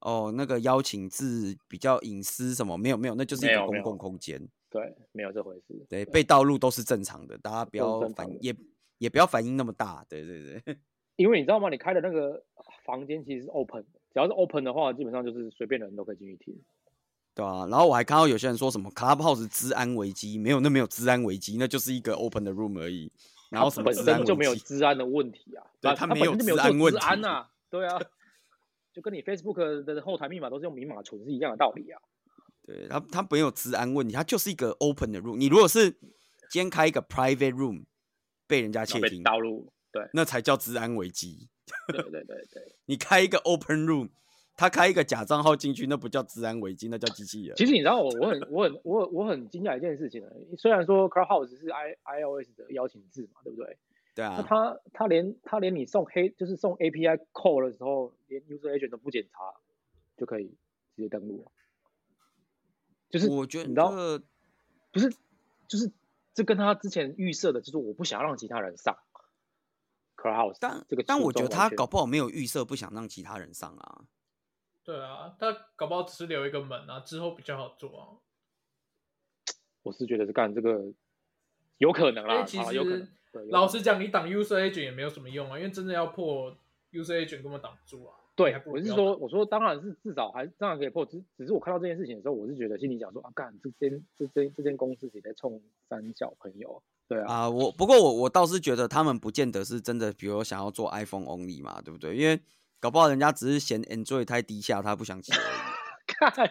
Speaker 2: 哦，那个邀请制比较隐私什么，没有没有，那就是一
Speaker 3: 没
Speaker 2: 个
Speaker 3: 有没
Speaker 2: 公
Speaker 3: 有
Speaker 2: 共空间，
Speaker 3: 对，没有这回事。
Speaker 2: 对，被盗录都是正常的，大家不
Speaker 3: 都是
Speaker 2: 要
Speaker 3: 正
Speaker 2: 反
Speaker 3: 常的
Speaker 2: 也也不要反应那么大，对对对，
Speaker 3: 因为你知道吗？你开的那个房间其实是 open，的只要是 open 的话，基本上就是随便的人都可以进去听。
Speaker 2: 对啊。然后我还看到有些人说什么 Clubhouse 治安危机，没有，那没有治安危机，那就是一个 open 的 room 而已。然后
Speaker 3: 它
Speaker 2: 什么
Speaker 3: 本
Speaker 2: 治安
Speaker 3: 身就没有
Speaker 2: 危机？
Speaker 3: 治安的问题啊，
Speaker 2: 对
Speaker 3: 啊
Speaker 2: 它
Speaker 3: 它
Speaker 2: 没
Speaker 3: 本
Speaker 2: 有
Speaker 3: 身就没有
Speaker 2: 治
Speaker 3: 做
Speaker 2: 安问
Speaker 3: 治安
Speaker 2: 题
Speaker 3: 啊，对啊，就跟你 Facebook 的后台密码都是用明码存是一样的道理啊。
Speaker 2: 对，它它没有治安问题，它就是一个 open 的 room。你如果是今天开一个 private room，被人家窃
Speaker 3: 然后被
Speaker 2: 听，
Speaker 3: 道路，对
Speaker 2: 那才叫治安危机。
Speaker 3: 对对对对。
Speaker 2: 你开一个 open room，他开一个假账号进去，那不叫治安危机，那叫机器人。
Speaker 3: 其实你知道我我很我很我我很惊讶一件事情啊，虽然说 Clubhouse 是 i iOS 的邀请制嘛，对不对？
Speaker 2: 对
Speaker 3: 那
Speaker 2: 啊，
Speaker 3: 他他连他连你送黑就是送 API call 的时候，连 user agent 都不检查就可以直接登录了，就是
Speaker 2: 我觉得
Speaker 3: 你知道
Speaker 2: 这个
Speaker 3: 不是就是这跟他之前预设的，就是我不想让其他人上 Clubhouse，
Speaker 2: 但
Speaker 3: 这个
Speaker 2: 但
Speaker 3: 初
Speaker 2: 我觉
Speaker 3: 衷
Speaker 2: 得
Speaker 3: 完
Speaker 2: 他
Speaker 3: 全
Speaker 2: 搞不好没有预设，不想让其他人上啊。
Speaker 1: 对啊，他搞不好只是留一个门啊，之后比较好做啊。
Speaker 3: 我是觉得是干这个有可能
Speaker 1: 因
Speaker 3: 啦，
Speaker 1: 为其
Speaker 3: 啊有可能
Speaker 1: 实
Speaker 3: 对有
Speaker 1: 老
Speaker 3: 可能
Speaker 1: 实讲，你挡 user agent 也没有什么用啊，因为真的要破 user agent 根本挡不住啊。你
Speaker 3: 对
Speaker 1: 还，不如
Speaker 3: 我是
Speaker 1: 不要
Speaker 3: 说，
Speaker 1: 挡，
Speaker 3: 我说当然是至少还当然可以破，只只是我看到这件事情的时候，我是觉得心里想说啊，干这间这间这间公司也在冲三小朋友，对啊，
Speaker 2: 啊、我不过我我倒是觉得他们不见得是真的，比如想要做 iPhone only 嘛，对不对？因为搞不好人家只是嫌 Android 太低下，他不想起而已。
Speaker 3: 看啊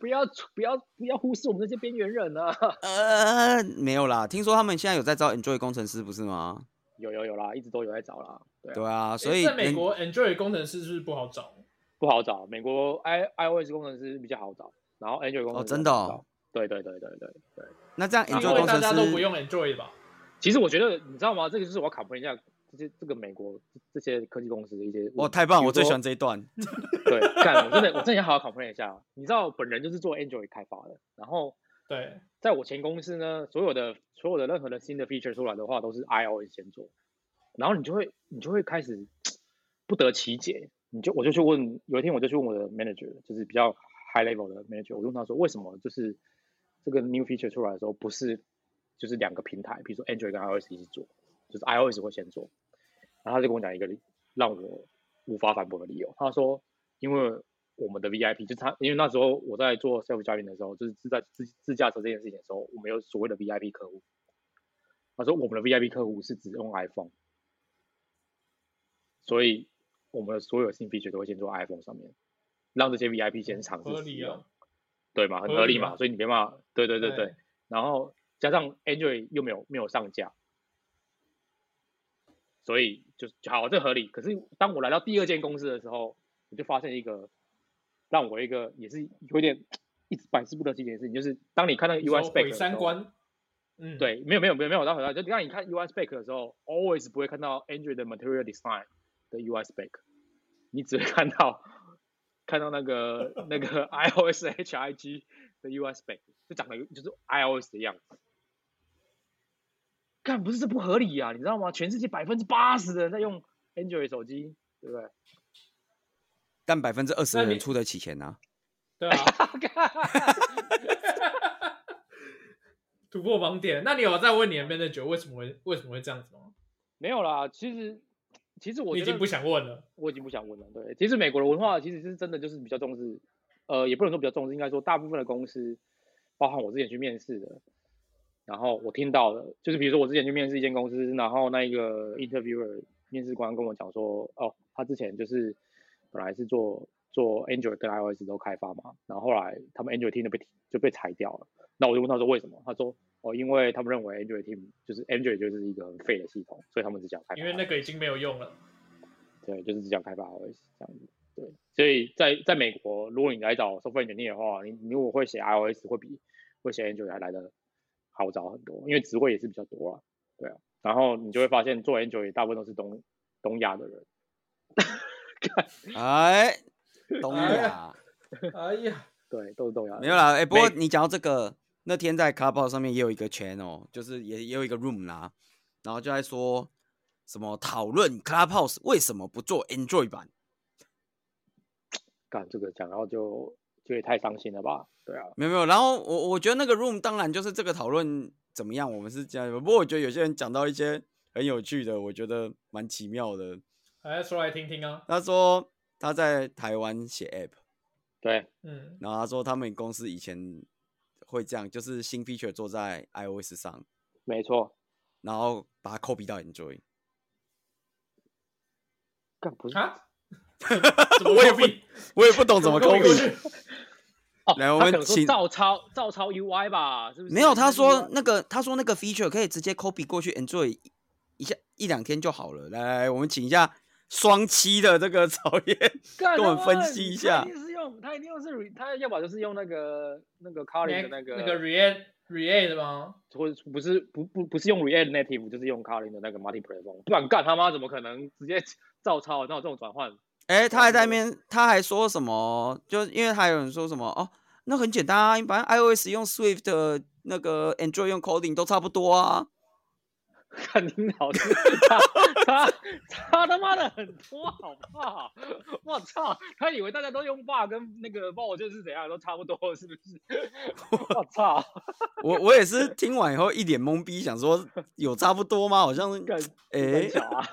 Speaker 3: 不要不要不要忽视我们这些边缘人啊，
Speaker 2: 呃，没有啦，听说他们现在有在招 Android 工程师，不是吗？
Speaker 3: 有有有啦，一直都有在找啦，对啊，
Speaker 2: 对啊，所
Speaker 1: 诶
Speaker 2: 以
Speaker 1: 在美
Speaker 2: 人
Speaker 1: 国 Android 工程师是不是不好找？
Speaker 3: 不好找，美国 i iOS 工程师比较好找，然后 Android 工程师
Speaker 2: 真的
Speaker 3: 比较好
Speaker 2: 哦
Speaker 3: 找对对对对对对，
Speaker 2: 那这样
Speaker 1: 因
Speaker 2: Android
Speaker 1: 为
Speaker 2: 工
Speaker 1: 大家都不
Speaker 2: 程师，
Speaker 1: 用 Android 吧？
Speaker 3: 其实我觉得你知道吗？这个就是我要 c o 一下这些这个美国这些科技公司的一些
Speaker 2: 哦哇，太棒！
Speaker 3: 比
Speaker 2: 我
Speaker 3: 如
Speaker 2: 最喜
Speaker 3: 说
Speaker 2: 欢这一段。
Speaker 3: 对，干，我真的我真的要好好 complain 一下。啊你知道，本人就是做 Android 开发的，然后
Speaker 1: 对，
Speaker 3: 在我前公司呢，所有的所有的任何的新的 feature 出来的话，都是 iOS 先做，然后你就会你就会开始不得其解，你就我就去问，有一天我就去问我的 manager，就是比较 high level 的 manager，我就问他说，为什么就是这个 new feature 出来的时候，不是就是两个平台，比如说 Android 跟 iOS 一起做，就是 iOS 会先做，然后他就跟我讲一个理让我无法反驳的理由，他说，因为我们的 VIP，就是他，因为那时候我在做 self driving 的时候，就是自在自自驾车这件事情的时候，我们有所谓的 VIP 客户。他说我们的 VIP 客户是只用 iPhone，所以我们的所有新 feature 都会先做 iPhone 上面，让这些 VIP 先尝试
Speaker 1: 合
Speaker 3: 使
Speaker 1: 理
Speaker 3: 用
Speaker 1: 啊，，
Speaker 3: 对嘛，很
Speaker 1: 合
Speaker 3: 合
Speaker 1: 理
Speaker 3: 理嘛，
Speaker 1: 啊
Speaker 3: 所以你没办法，对对对
Speaker 1: 对
Speaker 3: 对，然后加上 Android 又没有没有上架，所以就就好，这合理。可是当我来到第二间公司的时候，我就发现一个让我一个也是有点一直百思不得其解的事情，就是当你看到
Speaker 1: 你说
Speaker 3: UI spec
Speaker 1: 毁
Speaker 3: 的时
Speaker 1: 三
Speaker 3: 候，
Speaker 1: 观，嗯，，
Speaker 3: 对，没有没有没有没有到很大，就让你看 UI spec 的时候，always 不会看到 Android 的 material design 的 UI spec，你只会看到看到那个那 个 iOS HIG 的 UI spec，就长得就是 iOS 的样子。干不是这不合理啊，你知道吗？全世界百分之八十的人在用 Android 手机，对不对？
Speaker 2: 但百分之二十
Speaker 1: 那
Speaker 2: 的
Speaker 1: 你
Speaker 2: 人出得起钱呐、
Speaker 1: 对啊， 突破盲点。那你有再问你的 manager 为什么会为什么会这样子吗？
Speaker 3: 没有啦，其实其实我
Speaker 1: 你已
Speaker 3: 觉得
Speaker 1: 经不想问了，
Speaker 3: 我已经不想问了。对，其实美国的文化其实是真的就是比较重视，呃，也不能说比较重视，应该说大部分的公司，包含我之前去面试的，然后我听到的，就是比如说我之前去面试一间公司，然后那个 interviewer 面试官跟我讲说，哦，他之前就是本来是做做 Android 跟 iOS 都开发嘛，然后后来他们 Android team 就被就被裁掉了。那我就问他说为什么？他说哦，因为他们认为 Android team 就是 Android 就是一个很废的系统，所以他们只想开发。
Speaker 1: 因为那个已经没有用了。
Speaker 3: 对，就是只想开发 iOS 这样子。对，所以在在美国，如果你来找 software engineer 的话，你你如果会写 iOS，会比会写 Android 还来的好找很多，因为职位也是比较多啊。对啊，然后你就会发现做 Android 大部分都是东东亚的人。
Speaker 2: 哎，懂
Speaker 1: 哎
Speaker 2: 了。啊
Speaker 1: 哎呀，
Speaker 3: 对，都是东亚人。
Speaker 2: 没有啦，哎、不过
Speaker 3: 每
Speaker 2: 你讲到这个，那天在 c a r b o 上面也有一个 channel，就是也也有一个 room 啦，然后就在说什么讨论 Clubhouse 为什么不做 Android 版？
Speaker 3: 干这个讲，然后就就也太伤心了吧？对啊，
Speaker 2: 没有没有，然后我我觉得那个 room 当然就是这个讨论怎么样，我们是这样，不过我觉得有些人讲到一些很有趣的，我觉得蛮奇妙的。
Speaker 1: 来说来听听啊。
Speaker 2: 他说他在台湾写 app，
Speaker 3: 对，
Speaker 1: 嗯，
Speaker 2: 然后他说他们公司以前会这样，就是新 feature 做在 iOS 上，
Speaker 3: 没错。
Speaker 2: 然后把它 copy 到 Android。
Speaker 3: 干不 是
Speaker 1: 啊？怎么我比
Speaker 2: 我也不懂怎么 copy。
Speaker 3: 哦，
Speaker 2: 来
Speaker 3: 他
Speaker 2: 我们
Speaker 3: 可能说
Speaker 2: 请
Speaker 3: 照抄照抄 UI 吧？是不是？
Speaker 2: 没有，他
Speaker 3: 就是
Speaker 2: 说
Speaker 3: UI
Speaker 2: 那个他说那个 feature 可以直接 copy 过去 Android 一一下一两天就好了。来来来，我们请一下双七的这个曹燕，
Speaker 3: 干
Speaker 2: 跟我们
Speaker 3: 他
Speaker 2: 分
Speaker 3: 妈
Speaker 2: 析一
Speaker 3: 他
Speaker 2: 下
Speaker 3: 一定是用，他一定是 re- 他要么就是用那个那个 Kotlin 的
Speaker 1: 那
Speaker 3: 个，
Speaker 1: 个 React React 吗？
Speaker 3: 或者不是不不不是用 React Native，就是用 Kotlin 的那个 Multi Platform，不然干他妈怎么可能直接 照抄？哪有这种转换？
Speaker 2: 哎、他还在那边，他还说什么？就因为还有人说什么哦，那很简单啊，反正 iOS 用 Swift，那个 Android 用 Coding 都差不多啊。
Speaker 3: 看你脑子差差差他妈的很多，好不好？ 我操！他以为大家都用 bar 跟那个 bar 就是怎样都差不多，是不是？ 我操！
Speaker 2: 我我也是听完以后一脸懵逼，想说有差不多吗？好像
Speaker 3: 干
Speaker 2: 哎、
Speaker 3: 很小啊！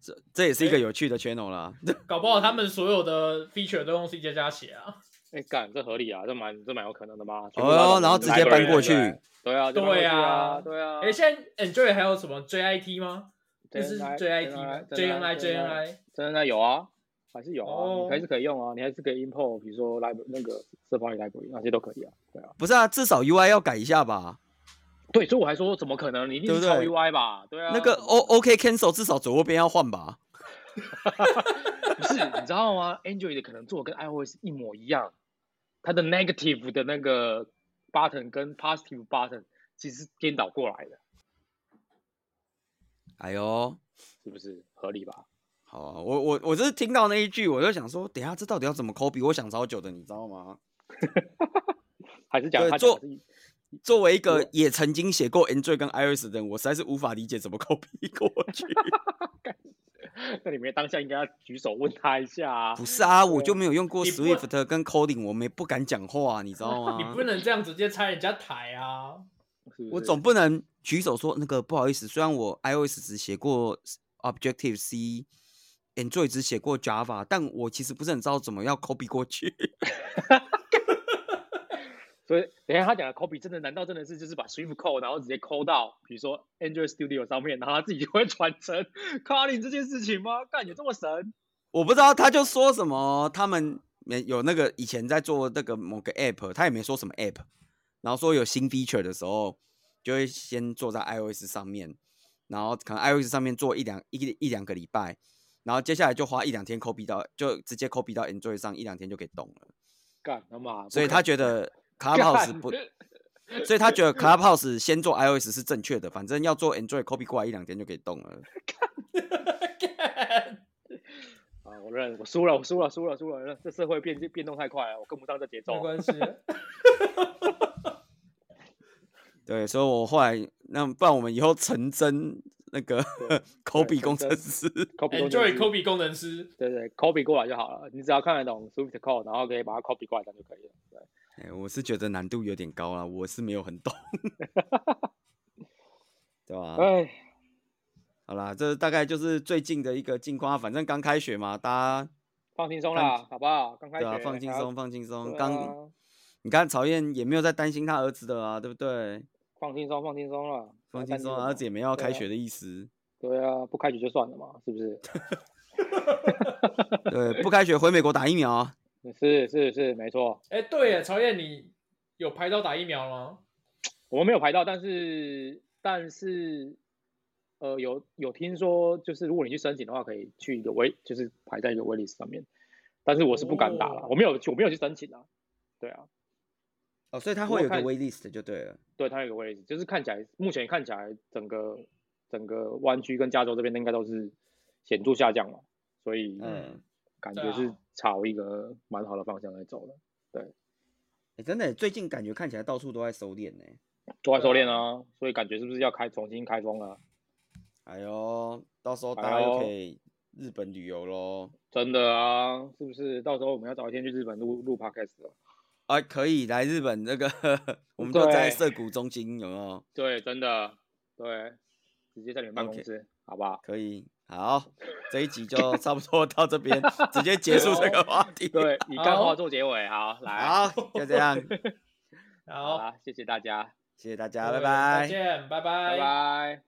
Speaker 2: 这这也是一个
Speaker 1: 哎
Speaker 2: 有趣的 channel 啦。
Speaker 1: 搞不好他们所有的 feature 都用 C 加加写啊。
Speaker 3: 哎，干这合理啊，这蛮这蛮有可能的吧？全部
Speaker 2: 哦
Speaker 3: 都要，
Speaker 2: 然后
Speaker 3: 找
Speaker 2: 直
Speaker 3: 人
Speaker 2: 接
Speaker 3: 来
Speaker 2: 搬
Speaker 3: 对
Speaker 2: 过
Speaker 3: 不对
Speaker 2: 去。
Speaker 3: 对啊，就
Speaker 1: 对
Speaker 3: 搬过去
Speaker 1: 啊
Speaker 3: 啊，对啊。
Speaker 1: 哎，现在 Enjoy 还有什么 JIT 吗？这是
Speaker 3: 啊
Speaker 1: JIT 吗？JNI
Speaker 3: JNI
Speaker 1: JNI
Speaker 3: 真的有啊，还是有啊，
Speaker 1: 哦
Speaker 3: 你还是可以用啊，你还是可以 import，比如说 library 那个 third party library 那些都可以啊，对啊。
Speaker 2: 不是啊，至少 UI 要改一下吧。
Speaker 3: 对，所以我还说怎么可能？你一定是
Speaker 2: 对
Speaker 3: 抄
Speaker 2: 不对
Speaker 3: UI 吧？对啊。
Speaker 2: 那个哦 O OK cancel 至少左右边要换吧？
Speaker 3: 不是，你知道吗？Android 可能做得跟 iOS 一模一样，它的 negative 的那个 button 跟 positive button 其实是颠倒过来的，
Speaker 2: 哎呦，
Speaker 3: 是不是合理吧？
Speaker 2: 好啊，我我我就是听到那一句，我就想说，等一下这到底要怎么 copy？我想超久的，你知道吗？
Speaker 3: 还是讲
Speaker 2: 对
Speaker 3: 它
Speaker 2: 做
Speaker 3: 讲的是
Speaker 2: 作为一个也曾经写过 Android 跟 iOS 的人，我实在是无法理解怎么 copy 过去。
Speaker 3: 那里面当下应该要举手问他一下啊
Speaker 2: 不。是啊，我就没有用过
Speaker 1: 你不
Speaker 2: Swift 跟 Coding，我没不敢讲话、啊 你知道
Speaker 1: 你
Speaker 2: 吗
Speaker 1: 不？能这样直接拆人家台 啊！
Speaker 3: 是不
Speaker 2: 我
Speaker 3: 是
Speaker 2: 总不能举手说那个不好意思，虽然我 iOS 只写过 Objective C。Android 只写过 Java，但我其实不是很知道怎么要 copy 过去。
Speaker 3: 所以等一下他讲的 copy 真的难道真的是就是把 Swift code 然后直接 code 到比如说 Android Studio 上面，然后他自己就会传承 Kotlin 这件事情吗？干有这么神？
Speaker 2: 我不知道，他就说什么他们没有那个以前在做那个某个 app，他也没说什么 app，然后说有新 feature 的时候，就会先做在 iOS 上面，然后可能 iOS 上面做一两一一两个礼拜，然后接下来就花一两天 copy 到，就直接 copy 到 Android 上，一两天就给动了。
Speaker 3: 干他妈！
Speaker 2: 所以他觉得 Clubhouse
Speaker 3: 干
Speaker 2: 不，所以他觉得 Clubhouse 先做 iOS 是正确的，反正要做 Android copy 过来一两天就可以动了。
Speaker 1: 干
Speaker 3: 啊，我认我输了，我输了，输了，输了，这社会变变动太快了，我跟不上这节奏
Speaker 1: 没。关 系，
Speaker 2: 对，所以我后来那不然我们以后成真那个 copy
Speaker 3: 对
Speaker 2: 工程
Speaker 3: 成真
Speaker 2: 师。
Speaker 3: copy 工程
Speaker 1: enjoy
Speaker 3: 师
Speaker 1: Kobe 工程师，
Speaker 3: 对对，copy 过来就好了，你只要看得懂 Swift code，然后可以把它 copy 过来，这样就可以了。对，
Speaker 2: 哎、我是觉得难度有点高啦，我是没有很 懂，对吧、
Speaker 3: 哎，
Speaker 2: 好啦，这大概就是最近的一个近况啊，反正刚开学嘛，大家
Speaker 3: 放轻松啦，好不好？刚开
Speaker 2: 对
Speaker 3: 学
Speaker 2: 啊
Speaker 3: 还要，，
Speaker 2: 放轻松，放轻松。
Speaker 3: 对
Speaker 2: 刚、
Speaker 3: 啊
Speaker 2: 你看曹燕也没有在担心他儿子的啊，对不对？
Speaker 3: 放轻松，放轻松了，
Speaker 2: 放
Speaker 3: 还
Speaker 2: 轻
Speaker 3: 担
Speaker 2: 松，
Speaker 3: 什么
Speaker 2: 儿子也没要
Speaker 3: 对
Speaker 2: 开
Speaker 3: 啊
Speaker 2: 学的意思。
Speaker 3: 对啊，不开学就算了嘛，是不 是？
Speaker 2: 对，不开学回美国打疫苗啊。
Speaker 3: 是是是，没错，
Speaker 1: 哎，对耶，曹燕，你有排到打疫苗吗？
Speaker 3: 我们没有排到，但是但是呃，有有听说，就是如果你去申请的话，可以去一个威，就是排在一个威 i 斯上面，但是我是不敢打了，
Speaker 1: 哦
Speaker 3: 我没有我没有去申请啊，对啊，
Speaker 2: 哦，所以他
Speaker 3: 我
Speaker 2: 会有一个
Speaker 3: 看
Speaker 2: wait list 就对了。
Speaker 3: 对，它有一个位置，就是看起来目前看起来整个整个湾区跟加州这边应该都是显著下降嘛，所以
Speaker 2: 嗯，
Speaker 3: 感
Speaker 1: 对
Speaker 3: 觉
Speaker 1: 啊
Speaker 3: 是朝一个蛮好的方向在走的，
Speaker 2: 哎、真的耶，最近感觉看起来到处都在收敛呢。
Speaker 3: 都在收
Speaker 1: 对啊
Speaker 3: 敛啊，所以感觉是不是要开重新开封了？
Speaker 2: 哎呦，到时候
Speaker 3: 哎
Speaker 2: 大家又可
Speaker 3: 呦
Speaker 2: 以日本旅游喽。
Speaker 3: 真的啊，是不是？到时候我们要找一天去日本录录 podcast 哦了。
Speaker 2: 啊，可以来日本那个， 我们就在
Speaker 3: 对
Speaker 2: 涩谷中心，有没有？
Speaker 3: 对，真的，对，直接在你们办公
Speaker 2: OK
Speaker 3: 室好不好？
Speaker 2: 可以，好，这一集就差不多到这 边，直接结束这个话题。，
Speaker 3: 对，以干
Speaker 1: 好
Speaker 3: 话做结尾，好，来，
Speaker 2: 好，就这样，
Speaker 1: 好
Speaker 3: 好，啦，谢谢大家，啊
Speaker 2: 谢谢大家，拜
Speaker 1: 对再。
Speaker 2: 拜
Speaker 1: 见，拜
Speaker 3: 拜
Speaker 1: 拜。
Speaker 3: 拜。